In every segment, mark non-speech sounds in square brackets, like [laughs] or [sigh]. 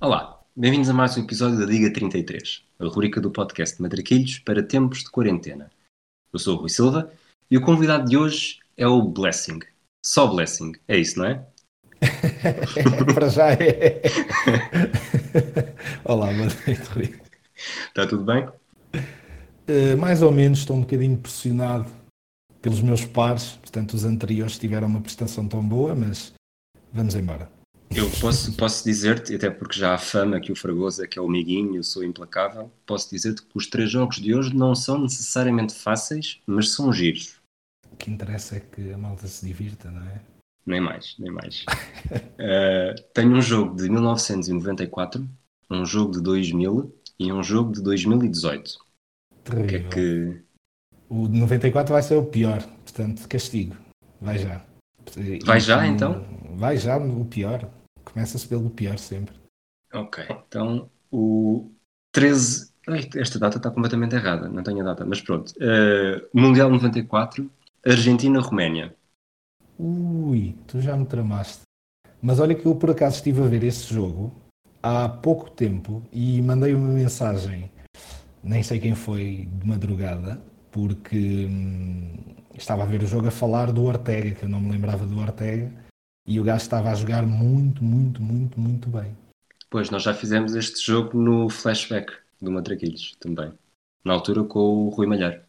Olá, bem-vindos a mais um episódio da Liga 33, a rubrica do podcast de Matraquilhos para tempos de quarentena. Eu sou o Rui Silva e o convidado de hoje é o Blessing. Só Blessing, é isso, não é? Para já é. [laughs] Olá, é boa noite, Rui. Está tudo bem? Eh, mais ou menos estou um bocadinho pressionado pelos meus pares, portanto, os anteriores tiveram uma prestação tão boa, mas vamos embora. Eu posso, posso dizer-te, até porque já há fama que o Fragoso é que é o amiguinho, eu sou implacável, posso dizer-te que os três jogos de hoje não são necessariamente fáceis, mas são giros. O que interessa é que a malta se divirta, não é? Nem mais, nem mais. [laughs] Eh, tenho um jogo de 1994, um jogo de 2000 e um jogo de 2018. O que é Terrível. que... O de 94 vai ser o pior, portanto, castigo. Vai já. E- Vai já, e- então? Vai já, o pior. Começa-se pelo pior sempre. Ok, então o 13... Ai, Esta data está completamente errada, não tenho a data, mas pronto. Eh, Mundial 94, Argentina-Roménia. Ui, tu já me tramaste. Mas olha que eu por acaso estive a ver esse jogo há pouco tempo e mandei uma mensagem, nem sei quem foi, de madrugada, porque hum, estava a ver o jogo a falar do Ortega, que eu não me lembrava do Ortega, e o gajo estava a jogar muito, muito, muito, muito bem. Pois, nós já fizemos este jogo no flashback do Matraquilhos também. Na altura com o Rui Malhar.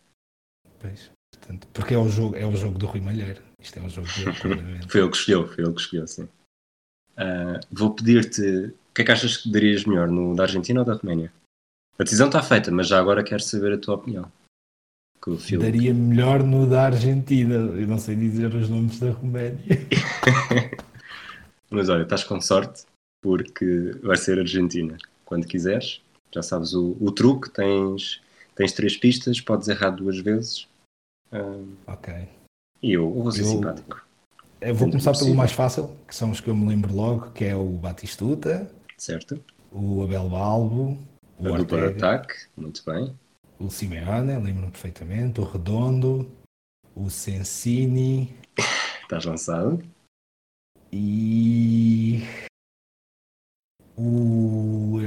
Pois, portanto, porque é o jogo, é o jogo do Rui Malheiro. Isto é um jogo dele, claramente. [laughs] Foi ele que escolheu, foi ele que escolheu, sim. Ah, vou pedir-te. O que é que achas que darias melhor, no da Argentina ou da Roménia? A decisão está feita, mas já agora quero saber a tua opinião. Que o Phil- Daria melhor no da Argentina. Eu não sei dizer os nomes da Roménia. [laughs] Mas olha, estás com sorte, porque vai ser Argentina. Quando quiseres, já sabes o, o truque: tens, tens três pistas, podes errar duas vezes. Ah, Ok. e eu, eu vou ser Eu- simpático. Eu vou começar Possível. pelo mais fácil, que são os que eu me lembro logo, que é o Batistuta, Certo? o Abel Balbo, o A dupla de Ortega, ataque, muito bem. o Simeone, lembro-me perfeitamente, o Redondo, o Sensini Estás lançado. e o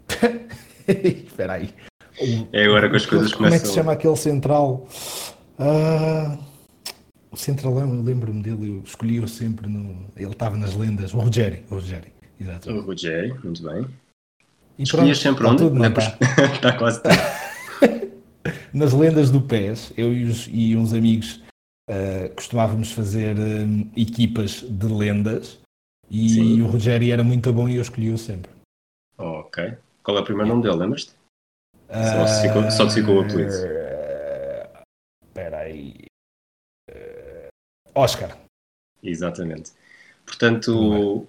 [laughs] Espera aí. O- É agora que as coisas Como é que se começam. chama aquele central? Ah, o centralão, eu lembro-me dele, eu escolhi-o sempre no. Ele estava nas lendas, o Rogério, o Rogério, exato. O Rogério, muito bem. E Escolhias pronto, sempre tá onde? tudo, não Na pers- tá? [laughs] Está quase tudo. Nas lendas do PES, eu e, os- e uns amigos ah, costumávamos fazer hum, equipas de lendas e, Sim. o Rogério era muito bom e eu escolhi-o sempre. ok. Qual é o primeiro nome dele, lembras-te? Só Ah, se ficou- só se ficou o apelido. Espera aí. Ah, Oscar. Exatamente. Portanto,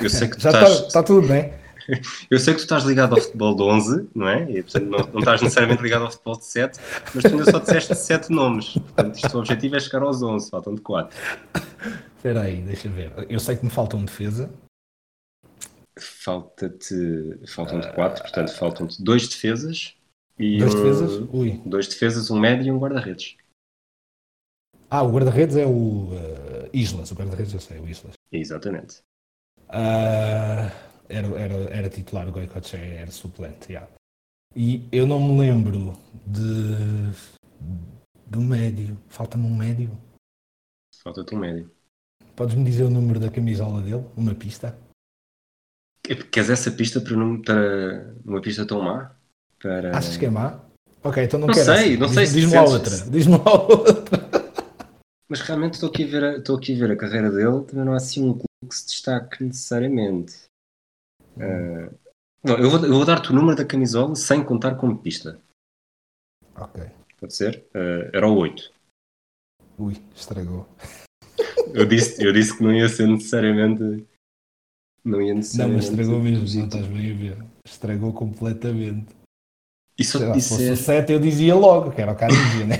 eu sei que tu [laughs] Já está estás. tá tudo, né? Eu sei que tu estás ligado ao futebol de 11, não é? E, portanto, não, não estás necessariamente ligado ao futebol de 7, mas tu ainda só disseste 7 nomes. Portanto, isto, o objetivo é chegar aos 11, faltam de 4. Espera aí, deixa ver. Eu sei que me falta um defesa. Falta-te. Faltam de 4, portanto, faltam-te 2 defesas e. Dois um- defesas. Ui. Dois defesas, um médio e um guarda-redes. Ah, o guarda-redes é o ah, Islas. O guarda-redes eu sei, o Islas. Exatamente. Ah, era, era, era titular, o Goicoechea era suplente, já. E eu não me lembro de do médio. Falta-me um médio. Falta-te um médio. Podes-me dizer o número da camisola dele? Uma pista? Queres essa pista para, não- para uma pista tão má? Para... Achas que é má? Ok, então não, Não quero sei, essa. não Diz- sei se Diz-me lá sentes- outra. Diz-me lá outra. Mas realmente estou aqui, a ver a, estou aqui a ver a carreira dele, também não há assim um clube que se destaque necessariamente. Ah, não, eu vou, eu vou dar-te o número da camisola sem contar como pista. Ok. Pode ser? Ah, era o 8. Ui, estragou. Eu disse, eu disse que não ia ser necessariamente. Não ia Não, necessariamente. mas estragou mesmo, não estás bem a ver. Estragou completamente. E só Sei te lá, se fosse o disseste. 7 eu dizia logo, que era o Canidia, né?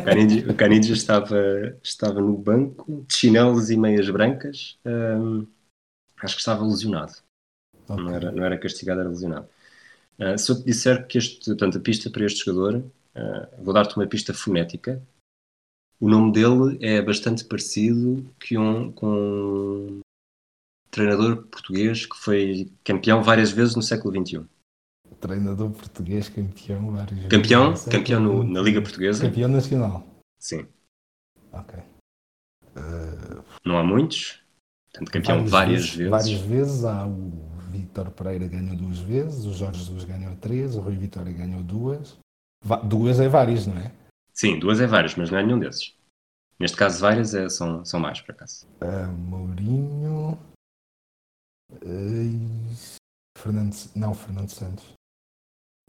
O Canidia, o Canidia estava, estava no banco, de chinelos e meias brancas. hum, acho que estava lesionado. Não, era, não era castigado, era lesionado. Ah, se eu te disser que este, portanto, a pista para este jogador, ah, vou dar-te uma pista fonética. O nome dele é bastante parecido que um, com treinador português que foi campeão várias vezes no século um. XXI. [coughs] Treinador português, campeão várias Campeão, vezes. campeão no- na Liga Portuguesa, Campeão nacional. sim. Ok. Eh, Não há muitos. Portanto, campeão várias, várias vezes. Várias vezes. Há o Vítor Pereira ganhou duas vezes, o Jorge Jesus ganhou três, o Rui Vitória ganhou duas. Va- duas é várias, não é? Sim, duas é várias, mas não é nenhum desses. Neste caso, várias é- são, são mais, por acaso. Ah, Mourinho. Ai, Fernando, S- não, Fernando Santos.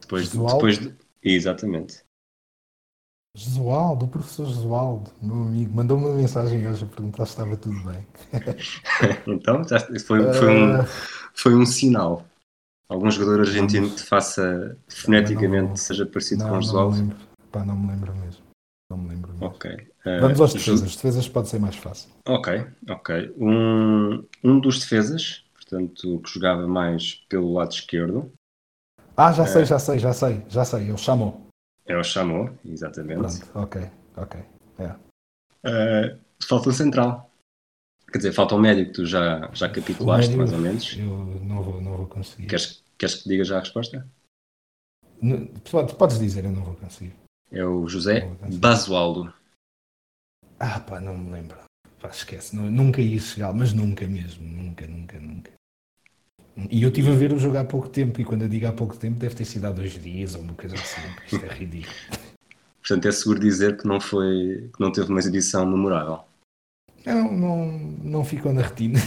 Depois de, João? depois de- Exatamente. [laughs] Jesualdo, o professor Jesualdo, meu amigo, mandou-me uma mensagem hoje a perguntar se estava tudo bem. Então, já, isso foi, foi, um, Ah, foi um sinal. Algum jogador argentino que te faça foneticamente não- seja parecido não, Tipo, com o não me Oswaldo? lembro. Pá, não me lembro mesmo. Não me lembro mesmo. Ok. Eh, Vamos aos José- defesas. Defesas pode ser mais fácil. Ok, ok. Um, um dos defesas, portanto, que jogava mais pelo lado esquerdo, Ah, já sei, já sei, já sei, já sei. Ele chamou. é o Chamou, exatamente. Pronto, ok, ok. Uh, falta um central. Quer dizer, falta um médio que tu já, já capitulaste, médio- mais ou menos. Eu não vou, não vou conseguir. Queres, queres que diga já a resposta? N- pode- Podes dizer, eu não vou conseguir. É o José Não, não. Basualdo. Ah, pá, não me lembro. Pá, esquece. Nu- Nunca ia chegar, mas nunca mesmo. Nunca, nunca, nunca. E eu estive a ver o jogo há pouco tempo, e quando eu digo há pouco tempo, deve ter sido há dois dias ou uma coisa assim. [laughs] porque Isto é ridículo. Portanto, é seguro dizer que não, foi, que não teve uma exibição memorável. Não, não, não ficou na [laughs] retina.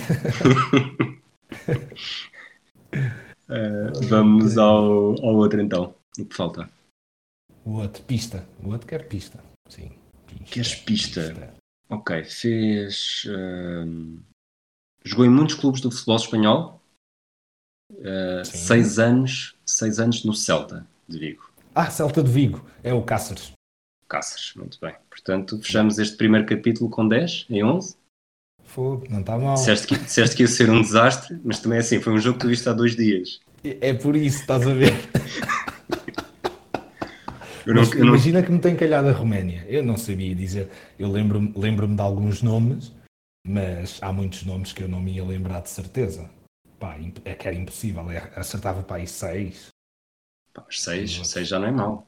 Uh, vamos ao, ao outro então. O que falta? O outro, pista. O outro quer pista. Sim. Pista, Queres pista? Ok, fez. hum, jogou em muitos clubes do futebol espanhol. Uh, Sim. seis anos, seis anos no Celta de Vigo, Ah, Celta de Vigo. É o Cáceres. Cáceres. Muito bem. Portanto, fechamos este primeiro capítulo com 10 em 11. Fogo, não está mal. Disseste que, disseste que ia ser um desastre, mas também é assim, foi um jogo que tu viste há dois dias. É é por isso, estás a ver? [laughs] Eu não, Mas eu não- Imagina que me tem calhado a Roménia. Eu não sabia dizer. Eu lembro-me lembro-me de alguns nomes, mas há muitos nomes que eu não me ia lembrar de certeza. Pá, imp- é que era impossível. É- Acertava para aí seis. pá, mas seis, seis já não é mau.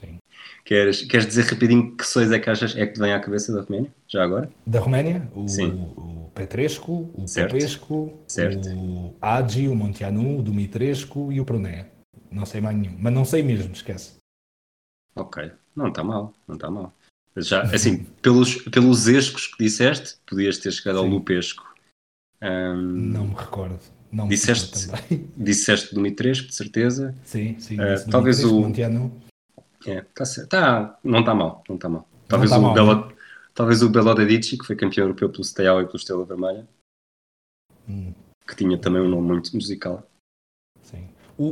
Sim. Queres, queres dizer rapidinho que sois é que achas é que te vem à cabeça da Roménia? Já agora? Da Roménia, o, Sim. o Petrescu, o Certo. Popescu, Certo. o Agi, o Montianu, o Dumitrescu e o Pruné. Não sei mais nenhum. Mas não sei mesmo, esquece. Ok, não está mal, não está mal. Mas Já, assim, pelos, pelos escos que disseste, podias ter chegado ao Sim. Lupesco. Ahm, Não me recordo. Não me Disseste- recordo também. [laughs] disseste Dumitrescu, de certeza. Sim, sim. Eh, disse talvez Dumitrescu, o- Montianu. É, tá, cer- tá, não está mal, não está mal. Talvez, tá o mal, Belo, né? talvez o Belodedici, que foi campeão europeu pelo Steaua e pelo Estrela Vermelha, Hum. que tinha também um nome muito musical. Sim. O,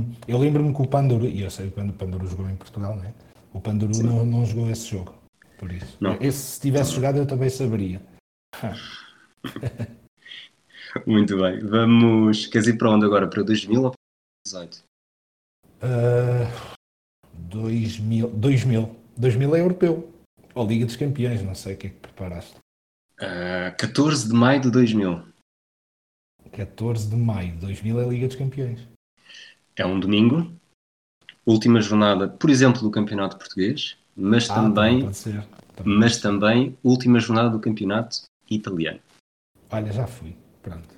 o- eu lembro-me que o Panduru, e eu sei que o Panduru jogou em Portugal, né? o Panduru Sim. não, não jogou esse jogo. Por isso. Não. Esse, se tivesse jogado, eu também saberia. Muito bem, vamos. Queres ir para onde agora? Para 2000 ou para 2018? Ah, 2000, 2000. 2000 é europeu. Ou Liga dos Campeões, não sei o que é que preparaste. Ah, 14 de maio de 2000. 14 de maio, 2000 é Liga dos Campeões. É um domingo. Última jornada, por exemplo, do Campeonato Português, mas Ah, também, pode ser. Também. mas também última jornada do Campeonato Italiano. Olha, já fui. Pronto.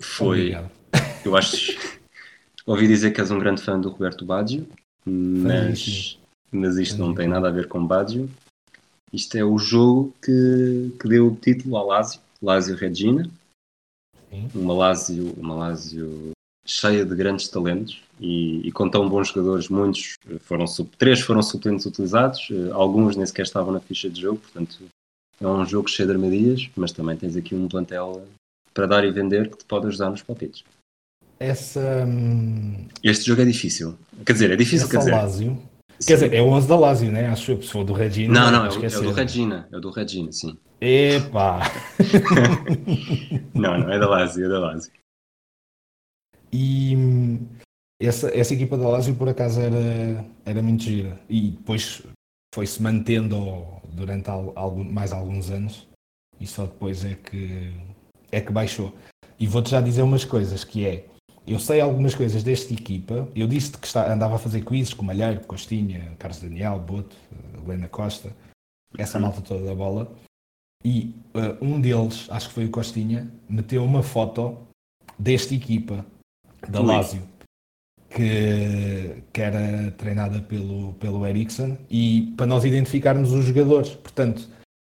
Foi, Obrigado. eu acho. ouvi dizer que és um grande fã do Roberto Baggio, mas, Famíssimo. mas isto não Famíssimo. tem nada a ver com Baggio. Isto é o jogo que, que deu o título ao Lazio, Lazio Regina. Sim. uma Lazio, uma Lazio cheia de grandes talentos e, e com tão bons jogadores, muitos foram sub, três foram suplentes utilizados, eh, alguns nem sequer estavam na ficha de jogo, portanto é um jogo cheio de armadilhas, mas também tens aqui um plantel eh, para dar e vender que te pode ajudar nos palpites. Essa. hum, Este jogo é difícil, quer dizer, é difícil, quer essa dizer, Lásio. sim. Quer dizer, é o 11 da Lazio, né? Acho eu, se for do Regina. não, não, é o, é esquecer. o do Regina, é o do Regina, sim. Epá! Não, não, é da Lazio, é da Lazio. E hum, essa, essa equipa da Lazio, por acaso, era, era muito gira. E depois foi-se mantendo ao- durante al- algum- mais alguns anos. E só depois é que é que baixou. E vou-te já dizer umas coisas, que é, eu sei algumas coisas desta equipa, eu disse-te que está, andava a fazer quizzes com Malheiro, Costinha, Carlos Daniel, Boto, Helena Costa, essa malta toda da bola, e uh, um deles, acho que foi o Costinha, meteu uma foto desta equipa, da Ui. Lazio, que, que era treinada pelo, pelo Ericsson, e para nós identificarmos os jogadores, portanto...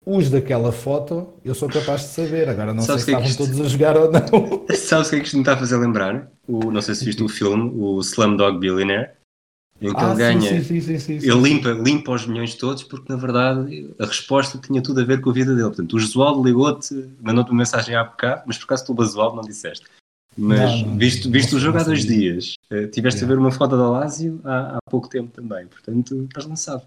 Os daquela foto, eu sou capaz de saber. Agora não Sabes sei o se que é estavam que todos a jogar ou não. Sabes o que é que isto me está a fazer lembrar? O, não sei se viste o filme, o Slumdog Billionaire, em que ele Ah, sim, ganha, sim, sim, sim, sim, sim. ele limpa, limpa os milhões todos, porque na verdade a resposta tinha tudo a ver com a vida dele. Portanto, o Josualdo ligou-te, mandou-te uma mensagem há bocado, mas por acaso tu, Basualdo, não disseste. Mas Não, não, viste, não, viste não o jogo há sabia. dois dias, Eh, tiveste Yeah. a ver uma foto da Lásio há, há pouco tempo também, portanto estás lançado.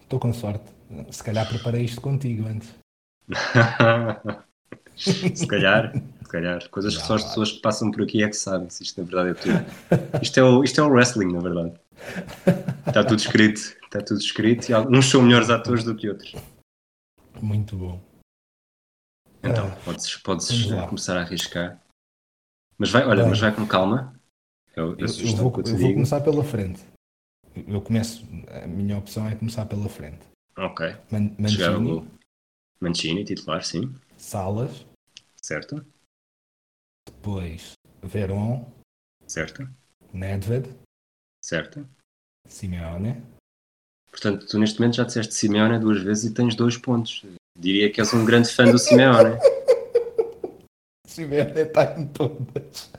Estou com sorte. Se calhar preparei isto contigo antes. [laughs] se calhar, se calhar. Coisas que só as Não, pessoas que passam por aqui é que sabem se isto na verdade é tudo. Isto é o, isto é o wrestling, na verdade. Está tudo escrito. Está tudo escrito e alguns são melhores atores do que outros. Muito bom. Então, Ah, podes, podes vamos lá. começar a arriscar. Mas vai, olha, Bem. mas vai com calma. Eu, eu, eu, eu sugestão vou, que eu te eu vou digo. começar pela frente. Eu começo. A minha opção é começar pela frente. Ok. Man- Chegar ao Mancini, gol. Mancini, titular, sim. Salas, Certo. depois Veron, Certo. Nedved, Certo. Simeone. Portanto, tu neste momento já disseste Simeone duas vezes e tens dois pontos. Diria que és um grande fã do Simeone. Simeone está em todas.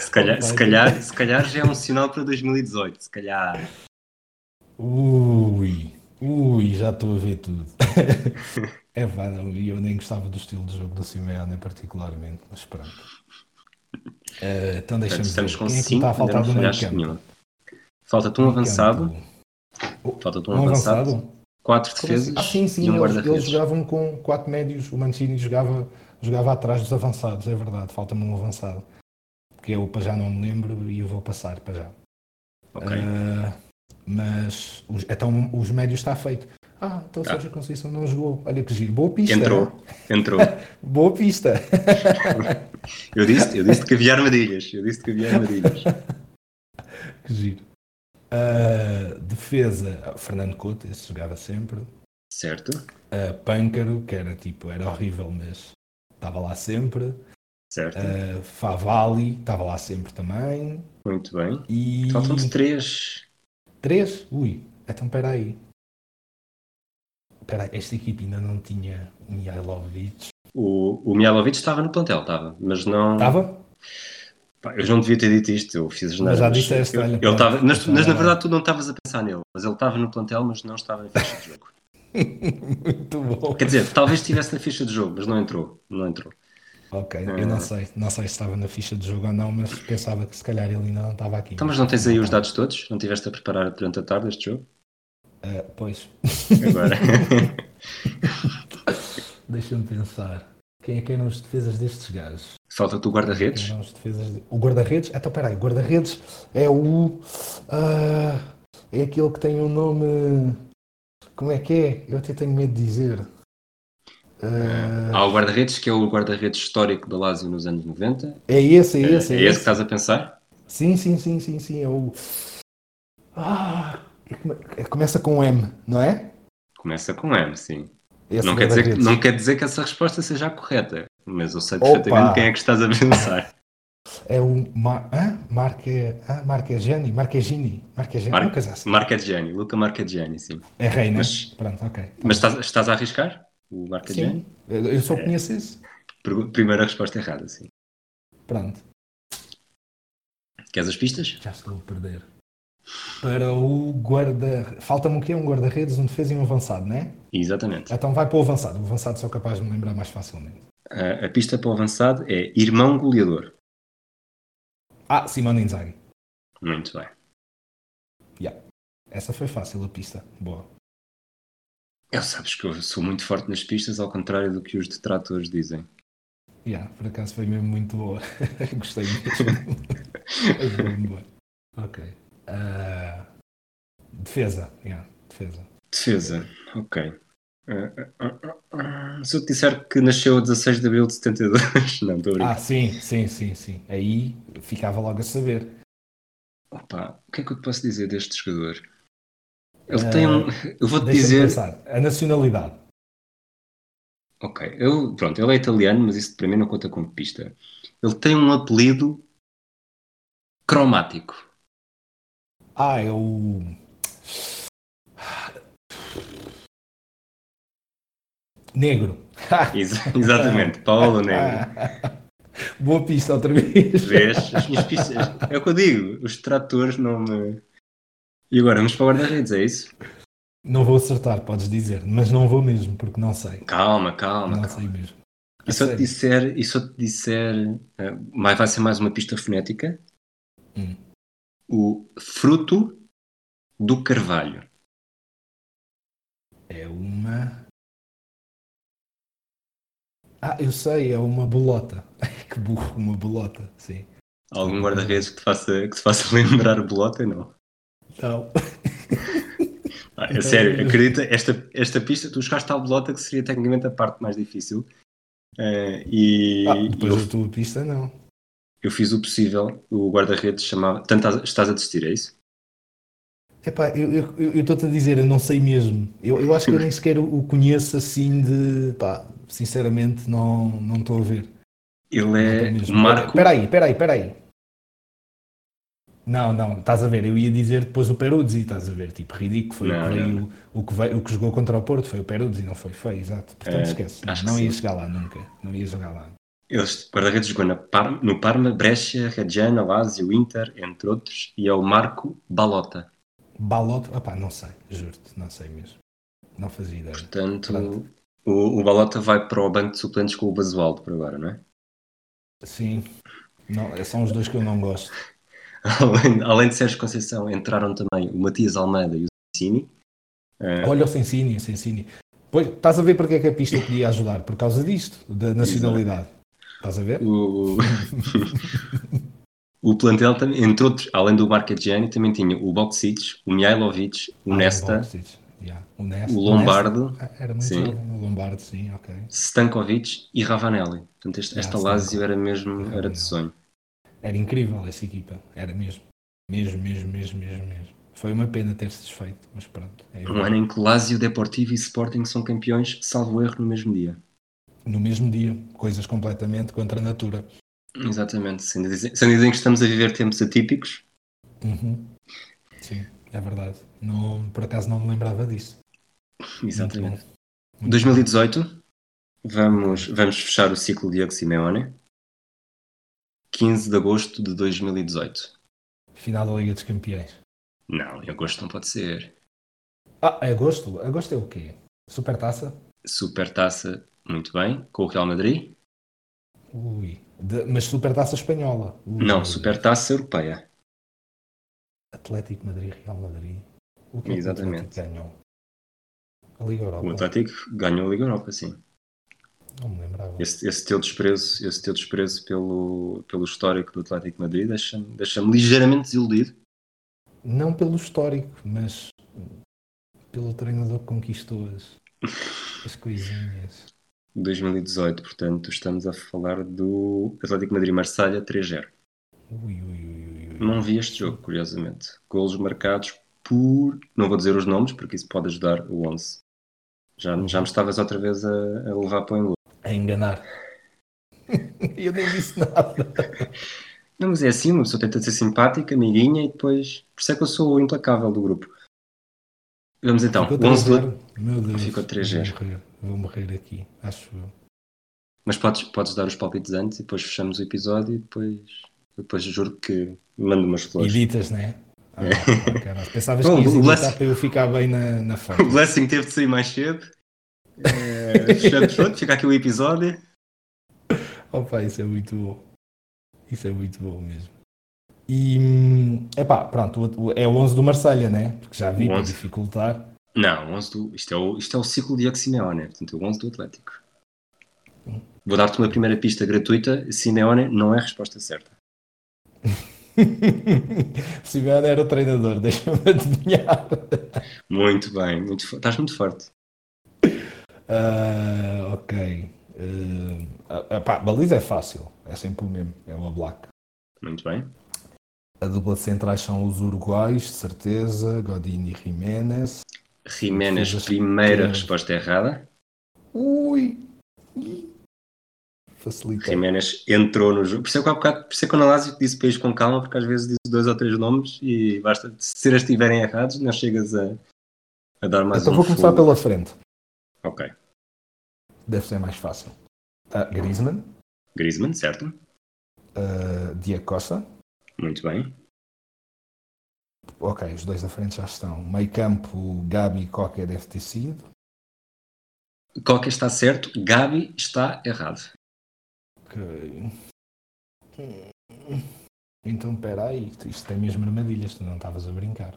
Se calhar, Opa, se, eu- calhar, se calhar já é um sinal para 2018. Se calhar. Ui, ui, já estou a ver tudo. [laughs] É vá, não, e eu nem gostava do estilo de jogo do Simeone particularmente, mas pronto. Eh, então Portanto, deixa-me estamos ver. com Quem é que me 5, está a ainda faltar não do meio falhaste campo? nenhuma. Falta-te um Meio avançado. campo. Falta-te um Um avançado. avançado? Quatro Como assim? defesas Ah, sim, sim, e um eles, eles guarda-redes. jogavam com quatro médios. O Mancini jogava, jogava atrás dos avançados, é verdade. Falta-me um avançado. Que eu para já não me lembro e eu vou passar para já. Ok. Ah, mas os, então os médios está feito. Ah, então o Tá. Sérgio Conceição não jogou. Olha que giro. Boa pista. entrou. né? Entrou. Boa pista. [laughs] Eu disse, eu disse que havia armadilhas. Eu disse que havia armadilhas. que giro. Ah, defesa, ah, Fernando Couto, esse jogava sempre. Certo? Ah, Pâncaro, que era tipo, era horrível, mas estava lá sempre. Certo. Uh, Favali, estava lá sempre também. Muito bem. E. Faltam-te três. Três? Ui, então espera aí. Espera aí, esta equipe ainda não tinha Mihailovic. O, o Mialovic estava no plantel, estava, mas não. Estava? Pá, eu não devia ter dito isto, eu fiz as neiras, já é mas disseste, eu- olha, ele pronto, estava- mas, já- mas na verdade tu não estavas a pensar nele, mas ele estava no plantel, mas não estava na ficha de jogo. Muito bom. Quer dizer, talvez estivesse na ficha de jogo, mas não entrou. Não entrou. Ok, É. eu não sei. Não sei se estava na ficha de jogo ou não, mas pensava que se calhar ele ainda não estava aqui. Então, mas não tens aí os dados todos? Não tiveste a preparar durante a tarde este [laughs] jogo? Ah, pois, Agora. [laughs] deixa-me pensar. Quem é que eram os defesas destes gajos? Falta-te o Quem guarda-redes? eram os defesas de- O guarda-redes? Então, peraí, o guarda-redes é o. ah, é aquele que tem um nome. Como é que é? Eu até tenho medo de dizer. Ah, Há o guarda-redes, que é o guarda-redes histórico da Lazio nos anos 90. é esse, é É, esse, é esse é, que esse. estás a pensar? Sim, sim, sim, sim, sim, é o. Ah, come- começa com M, não é? Começa com M, sim. Esse Não quer, dizer que, guarda-redes. não quer dizer que essa resposta seja a correta, mas eu sei Opa! perfeitamente quem é que estás a [laughs] pensar. É o. Mar... Hã? Marque... Ah, Marquegeni? Marquegini? Marquegini? Mar- Não, coisa assim. Marcadiani, Luca Marcadiani, sim. É rei, né? Mas- Pronto, ok. Mas estás, estás a arriscar? O Marcadiani? Sim, eu eu só conheço esse. Pergu- Primeira resposta errada, sim. Pronto, Queres as pistas? já estou a perder. Para o guarda. Falta-me o quê? Um guarda-redes, um defesa e um avançado, né? Exatamente. Então vai para o avançado. O avançado sou capaz de me lembrar mais facilmente. A, a pista para o avançado é irmão goleador. Ah, Simone Inzaghi. Muito bem. Essa foi fácil a pista. Boa. Eu sabes que eu sou muito forte nas pistas, ao contrário do que os detratores dizem. Yeah, por acaso foi mesmo muito boa. [laughs] Gostei mesmo. Foi mesmo boa. Ok. Ah, defesa. Yeah, defesa. Defesa, ok. Ah, Se eu te disser que nasceu a 16 de abril de 72, [laughs] não, estou a brincar. Ah, sim, sim, sim, sim. Aí ficava logo a saber. Opa, o que é que eu te posso dizer deste jogador? Ele tem um. Eu vou-te dizer. Pensar. A nacionalidade. Ok, eu, pronto, ele é italiano, mas isso para mim não conta como pista. Ele tem um apelido cromático. Ah, é o. Negro. Ex- exatamente, Paulo Ah. Negro. [laughs] Boa pista outra vez. Vês? As minhas pistas. É o que eu digo, os tratores não me. E agora vamos para o guarda-redes, é isso? Não vou acertar, podes dizer, mas não vou mesmo, porque não sei. Calma, calma, Não calma. sei mesmo. E se eu te disser, e se eu te disser eh, mas vai ser mais uma pista fonética, Hum. o fruto do carvalho. É uma. Ah, eu sei, é uma bolota. [laughs] Que burro, uma bolota, sim. Algum guarda-redes que te faça, que te faça [laughs] lembrar bolota? Não. Então, Ah, é sério, acredita, esta, esta pista, tu chegaste à bolota que seria tecnicamente a parte mais difícil. Eh, e ah, e depois eu, da tua pista, não. eu fiz o possível, o guarda-redes chamava. Tanto estás- estás a desistir, é isso? Epá, eu- eu eu estou-te a dizer, eu não sei mesmo. Eu, eu acho que eu nem sequer o o conheço assim de. Pá, sinceramente, não não estou a ver. Ele Não é estou mesmo. Marco. Espera aí, espera aí, espera aí. Não, não, estás a ver. Eu ia dizer depois o Peruzzi, estás a ver. Tipo, ridículo. Foi o Não, que não, veio- o que veio- o que jogou contra o Porto, foi o Peruzzi, não foi? Foi, exato. Portanto, Eh, esquece. acho Não que ia sim. chegar lá nunca. Não ia jogar lá. Este guarda-redes jogou na Par- no Parma, Brescia, Reggiana, Lazio, Inter, entre outros, e é o Marco Balota. Baloto, opá, não sei, juro-te, não sei mesmo. Não fazia ideia. Portanto, Pronto. o, o Balota vai para o banco de suplentes com o Basualdo por agora, não é? [laughs] Sim, não, são os dois que eu não gosto. Além, além de Sérgio Conceição, entraram também o Matias Almeida e o Cini. [laughs] Olha o Sensini, o Sensini. Pois, estás a ver porque é que a pista podia ajudar? Por causa disto, da nacionalidade. Estás a ver? O, [laughs] o plantel, também, entre outros, além do Marcadjani, também tinha o Boxic, o Mihailovic, o Nesta, Boxic, yeah. O Nesta. o Lombardo, Ah, é Nesta- ah, Era muito Sim. jovem. O Lombardo, sim, ok. Stankovic e Ravanelli. Portanto, este, esta Ah, Lazio era mesmo, era de sonho. Era incrível essa equipa. Era mesmo. Mesmo, mesmo, mesmo, mesmo, mesmo. Foi uma pena ter-se desfeito, mas pronto. é Um ano em que Lazio, Deportivo e Sporting são campeões, salvo erro, no mesmo dia. No mesmo dia, coisas completamente contra a natura. Exatamente. Se ainda dizem, se ainda dizem que estamos a viver tempos atípicos, Uhum. Sim, é verdade. Não, por acaso não me lembrava disso. exatamente. Muito bom. Muito 2018, vamos, vamos fechar o ciclo de Diego Simeone. 15 de agosto de 2018. bom. Final da Liga dos Campeões. Não, em agosto não pode ser. Ah, agosto? Agosto é o quê? Supertaça? Supertaça, muito bem, com o Real Madrid. Ui. De- mas Supertaça espanhola? Ui. Não, Supertaça europeia. Atlético Madrid, Real Madrid. O que é que o Exatamente. Atlético ganhou? A Liga Europa. O Atlético ganhou a Liga Europa, sim. Não me lembrava. Esse, esse teu desprezo, esse teu desprezo pelo, pelo histórico do Atlético de Madrid deixa-me deixa ligeiramente desiludido. Não pelo histórico, mas pelo treinador que conquistou as, as coisinhas. 2018, portanto, estamos a falar do Atlético de Madrid-Marselha 3-0. Ui, ui, ui, ui, ui. Não vi este jogo, curiosamente. Golos marcados por. Não vou dizer os nomes, porque isso pode ajudar o 11. Já, já me estavas outra vez a, a levar para o engodo. A enganar. [laughs] Eu nem disse nada. Não, mas é assim, uma pessoa tenta ser simpática, amiguinha e depois. Por isso é que eu sou o implacável do grupo. Vamos então, Ficou 11 do- 3-0. Meu Deus. Ficou 3-0. Vou morrer, vou morrer aqui, acho eu. Mas podes, podes dar os palpites antes e depois fechamos o episódio e depois, depois juro que mando umas flores. Editas, né? Ah, [laughs] caralho. Pensavas que Bom, ias É. o editar lance- para eu ficar bem na, [laughs] na O foto. Blessing teve de sair mais cedo. É, fechamos pronto, fica aqui o episódio. Opa, isso é muito bom. Isso é muito bom mesmo. E, hum, epá, pronto, o- o- é o 11 do Marselha, né? Porque já vi O para 11. dificultar. [laughs] Não, 11 do, isto, é o, isto é o ciclo de Simeone, portanto, é o 11 do Atlético. Vou dar-te uma primeira pista gratuita. Simeone não é a resposta certa. Se bem era o [laughs] treinador, deixa-me adivinhar. Muito bem, muito, fo- estás muito forte. Ah, ok. Ah, ah, pá, baliza é fácil, é sempre o mesmo, é o Oblak. Muito bem. A dupla de centrais são os uruguais, de certeza, Godinho e Jiménez. Jiménez, primeira Sim. resposta errada. Ui! Ih. Facilita. Jiménez entrou no jogo. Por isso é que há bocado, por isso é que eu na Lazio te disse país com calma, porque às vezes diz dois ou três nomes e basta, se eles estiverem errados, não chegas a, a dar mais Então um vou começar fogo. pela frente, Ok. deve ser mais fácil. Ah, Griezmann, Griezmann, certo? ah, Diego Costa. Muito bem. Ok, os dois da frente já estão. Meio campo, Gabi e Coca deve ter sido. Coca está certo, Gabi está errado. Ok. Então, espera aí, isto- isto tem mesmo armadilhas, tu não estavas a brincar.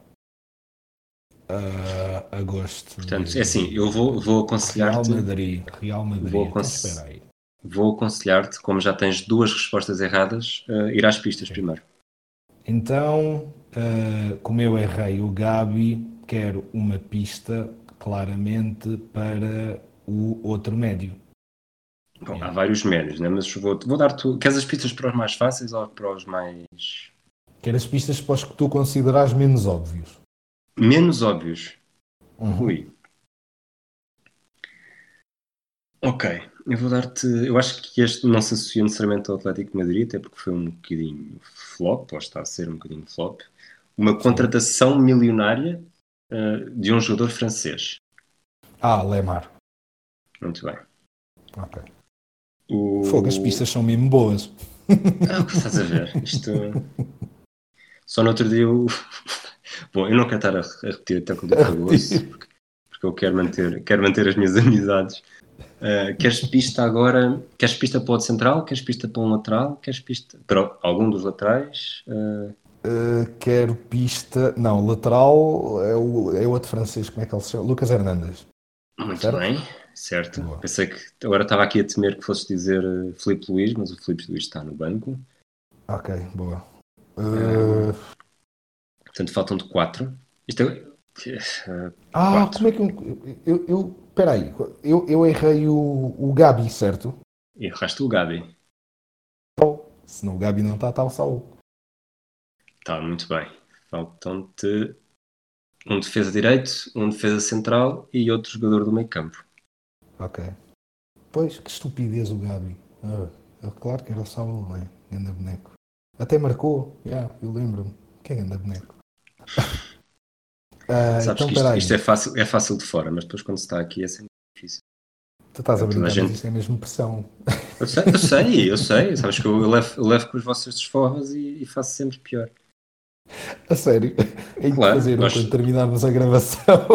Ah, agosto. Portanto, é assim, eu vou, vou Real aconselhar-te, Madrid, Real Madrid. Vou Então, aconse- espera aí. vou aconselhar-te, como já tens duas respostas erradas, eh, ir às pistas primeiro. Então, ah, como eu errei o Gabi, quero uma pista claramente para o outro médio. Bom, há vários médios, né? mas vou, vou dar-te. Queres as pistas para os mais fáceis ou para os mais Quero as pistas para os que tu consideras menos óbvios. menos óbvios. Uhum. Ui. Ok, eu vou dar-te. Eu acho que este não se associa necessariamente ao Atlético de Madrid, até porque foi um bocadinho flop, ou está a ser um bocadinho flop. Uma contratação milionária eh, de um jogador francês. Ah, Lemar. Muito bem. Ok. O... Fogo, as pistas são mesmo boas. Ah, o que estás a ver? Isto. Só no outro dia. Eu... [laughs] Bom, eu não quero estar a re- a repetir até com o [laughs] gosto, porque, porque eu quero manter, quero manter as minhas [laughs] amizades. Ah, queres pista agora? Queres pista para o outro central? Queres pista para um lateral? Queres pista para algum dos laterais? Ah, Uh, quero pista. Não, lateral é o, é o outro francês, como é que ele se chama? Lucas Hernandes. Ah, muito Certo. bem, certo. Boa. Pensei que agora estava aqui a temer que fosses dizer ah, Filipe Luís, mas o Filipe Luís está no banco. Ok, boa. Uh, Portanto, faltam-te quatro. Isto é. [laughs] ah, ah, quatro. como é que. eu- Eu. eu peraí, eu, eu errei o, o Gabi, certo? Erraste o Gabi. Senão o Gabi não está, está o Saúl. Tá, muito bem. Faltam-te um defesa direito, um defesa central e outro jogador do meio campo. Ok. Pois, que estupidez o Gabi. Ah, eu- claro que era o Saúl, né? Ganda boneco. Até marcou, já, eu lembro-me. Que é [laughs] ganda boneco. Ah, Sabes então, que isto, peraí, isto é, fácil, é fácil de fora, mas depois quando se está aqui é sempre difícil. tu estás toda a a brincar, mas gente- isto é mesmo pressão. Eu sei, eu sei, eu sei. Sabes que eu, eu levo, eu levo com os vossos desforras e, e faço sempre pior. A [laughs] sério, é que Claro, fazer nós- quando terminarmos [laughs] a gravação.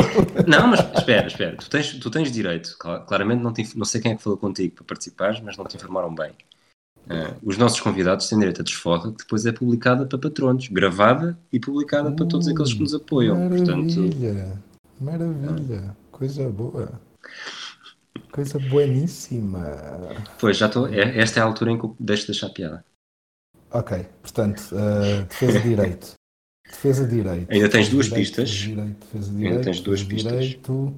Não, mas espera, espera. Tu tens, tu tens direito. Cla- Claramente não, te inf- não sei quem é que falou contigo para participares, mas não te informaram bem. Ah, os nossos convidados têm direito a desforra que depois é publicada para patronos, gravada e publicada para todos aqueles que nos apoiam. Portanto, Ah. Maravilha, maravilha, coisa boa. Coisa bueníssima. Pois, já estou. é- Esta é a altura em que eu deixo de deixar piada. Ok, portanto, ah, defesa direito. Defesa direito. Ainda tens duas Direito, pistas. defesa Direito, defesa Ainda direito. tens duas defesa pistas. direito.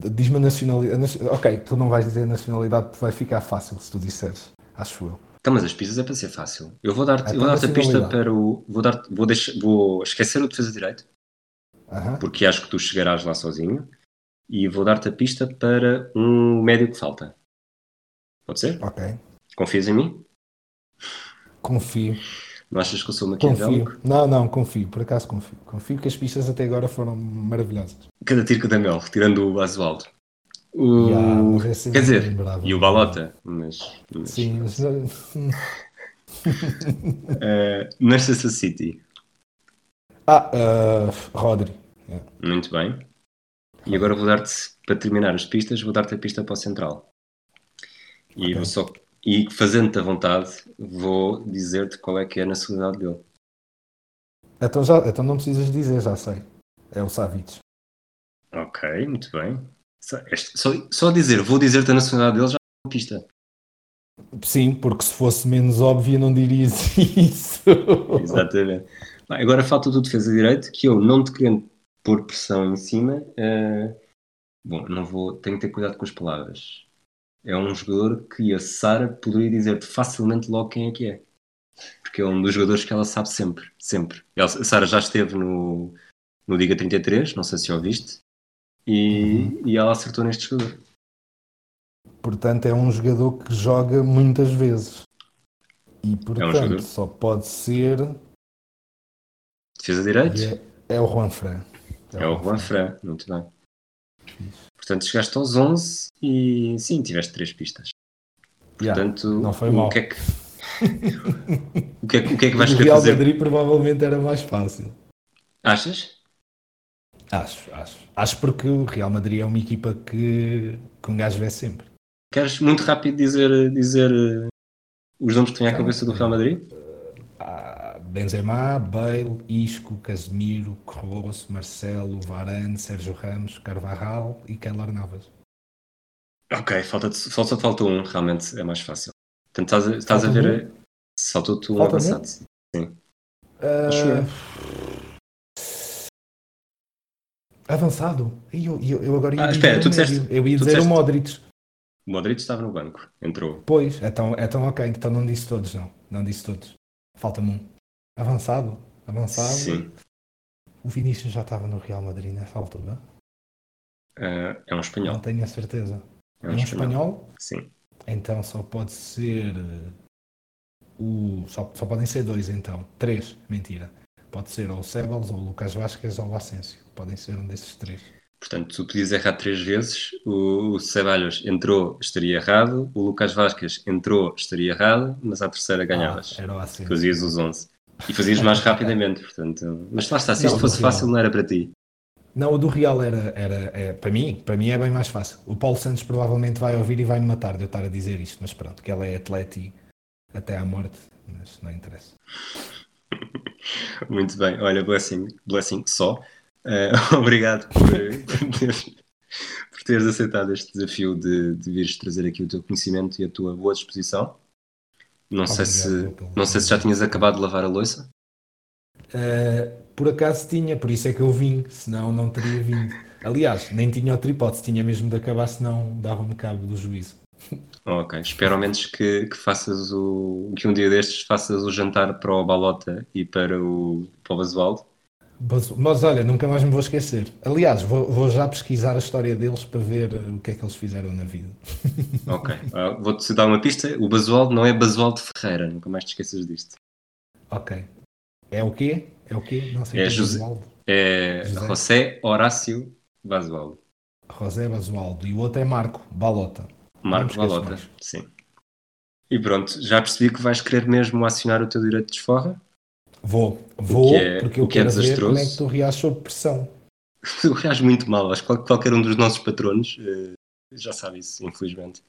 Diz-me a nacionalidade. a nacio- Ok, tu não vais dizer nacionalidade porque vai ficar fácil se tu disseres. Acho eu. Então, mas as pistas é para ser fácil. Eu vou dar-te Ah, vou dar-te a então pista nacionalidade. para o. Vou, dar vou, deixar, vou esquecer o defesa direito, Aham. porque acho que tu chegarás lá sozinho. E vou dar-te a pista para um médio que falta. Pode ser? Ok, Confias em mim? confio. Não achas que eu sou maquiavélico? Confio. Não, não, confio, por acaso confio. Confio que as pistas até agora foram maravilhosas. Cada tiro que dá mel, tirando o Azualdo. O... Yeah, mas essa eu Quer não dizer, lembrava. E o Balota. Mas, mas, Sim, mas não- eh, Manchester City. Ah, ah, Rodri. Muito bem. E agora vou dar-te, para terminar as pistas, vou dar-te a pista para o central. E Ok. vou só. E fazendo-te à vontade, vou dizer-te qual é que é a nacionalidade dele. Então, já, então não precisas dizer, já sei. É o Savic. Ok, muito bem. Só, este- só, só dizer, vou dizer-te a nacionalidade dele já é uma pista. Sim, porque se fosse menos óbvio não dirias [laughs] isso. Exatamente. Bem, agora falta do defesa direito, que eu, não te querendo pôr pressão em cima, eh, Bom, não vou. Tenho que ter cuidado com as palavras. É um jogador que a Sara poderia dizer-te facilmente logo quem é que é. Porque é um dos jogadores que ela sabe sempre. Sempre. Ela- a Sara já esteve no, no Liga 33, não sei se ouviste, e, e ela acertou neste jogador. Portanto, é um jogador que joga muitas vezes. E, portanto, É um jogador. só pode ser. Defesa direito? e É, é o Juan Fran. É o Juan Fran, muito bem. Portanto, chegaste aos 11 e sim, tiveste três pistas. Yeah. Portanto, não foi o, mal. Que é que, o, que é, que- o que é que vais [laughs] o querer Real fazer? Madrid provavelmente era mais fácil. Achas? Acho, acho. Acho porque o Real Madrid é uma equipa que, que um gajo vê sempre. Queres muito rápido dizer, dizer eh, os nomes que têm à Não. cabeça do Real Madrid? Há Benzema, Bale, Isco, Casemiro, Kroos, Marcelo, Varane, Sérgio Ramos, Carvajal e Keylor Navas. Ok, falta, falta, falta um, realmente é mais fácil. Portanto, estás a, estás a Falta um? ver. eh, Saltou-te um Falta um? avançado. Eh, Acho Ah, Avançado. E Eu, eu, eu agora ia Ah, dizer espera, o tu médio. disseste- eu ia tu dizer o disseste- Modric. O Modric estava no banco, entrou. Pois, então, então ok, então não disse todos, não. Não disse todos. Falta-me um. Avançado. Avançado. Sim. O Vinícius já estava no Real Madrid nessa altura. Eh, é um Não, espanhol. tenho a certeza. É É um, um espanhol. espanhol, Sim. então só pode ser eh, o. Só, só podem ser dois então. Três, mentira. Pode ser ou o Sebals, ou o Lucas Vasquez, ou o Asensio. Podem ser um desses três. Portanto, tu podias errar três vezes, o, o Ceballos entrou, estaria errado, o Lucas Vasquez entrou, estaria errado, mas à terceira ganhavas. Ah, era o Asensio. Fazias os 11. E fazias mais rapidamente, portanto. Mas lá está, se isto Não, fosse no final. fácil, não era para ti. Não, o do Real era, era, é, para mim, para mim é bem mais fácil. O Paulo Santos provavelmente vai ouvir e vai me matar de eu estar a dizer isto, mas pronto, que ela é atleta e até à morte, mas não interessa. Muito bem, olha, blessing, blessing só. Eh, [laughs] obrigado por, por teres, por teres aceitado este desafio de, de vires trazer aqui o teu conhecimento e a tua boa disposição. Não, sei se, Obrigado pelo- não sei se já tinhas acabado de lavar a louça. Eh, por acaso tinha, por isso é que eu vim, senão não teria vindo. Aliás, nem tinha outra hipótese, tinha mesmo de acabar, senão dava-me cabo do juízo. Ok, espero ao menos que, que faças o que um dia destes faças o jantar para o Balota e para o, para o Basualdo. Mas, mas olha, nunca mais me vou esquecer. Aliás, vou, vou já pesquisar a história deles para ver eh, o que é que eles fizeram na vida. [laughs] Ok, ah, vou-te dar uma pista: o Basualdo não é Basualdo Ferreira, nunca mais te esqueças disto. Ok. É o quê? É o quê? Não sei É quem José- Oswaldo. É José. José Horácio Basualdo, José Basualdo e o outro é Marco Balota. Marco Ah, Não me esqueço Balota, mais. sim. E pronto, já percebi que vais querer mesmo acionar o teu direito de esforra. Vou, vou, que é- porque eu o que é quero ver desastroso. como é que tu reages sob pressão. Tu reages muito mal, acho que qual- qualquer um dos nossos patronos eh, já sabe isso, infelizmente.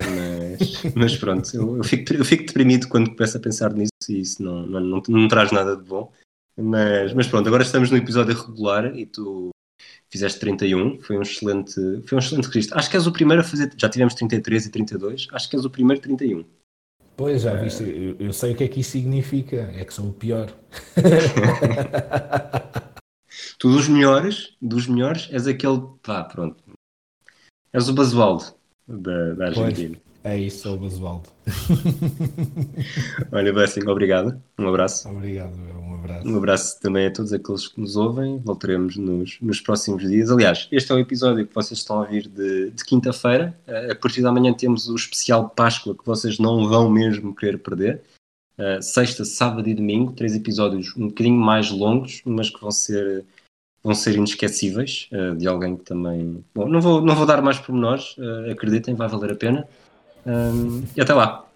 Mas, mas pronto, eu, eu fico, eu fico deprimido quando começo a pensar nisso e isso não, não, não, não traz nada de bom. Mas, mas pronto, agora estamos no episódio regular e tu fizeste 31, foi um excelente, foi um excelente registro. Acho que és o primeiro a fazer, já tivemos 33 e 32, acho que és o primeiro 31. Pois, já viste, eu, eu sei o que é que isso significa, é que sou o pior. Tu dos melhores, dos melhores, és aquele, pá, pronto, és o Basualdo da, da Pois. Argentina. É isso, sou o Basualdo. Olha, Blessing, obrigado. Um abraço. Obrigado, meu, um abraço. Um abraço também a todos aqueles que nos ouvem. Voltaremos nos, nos próximos dias. Aliás, este é o episódio que vocês estão a ouvir de, de quinta-feira. Eh, A partir de amanhã temos o especial Páscoa que vocês não vão mesmo querer perder. Eh, sexta, sábado e domingo, três episódios um bocadinho mais longos, mas que vão ser, vão ser inesquecíveis. eh, de alguém que também. Bom, não vou, não vou dar mais pormenores. eh, acreditem, vai valer a pena. Ahm, e até lá.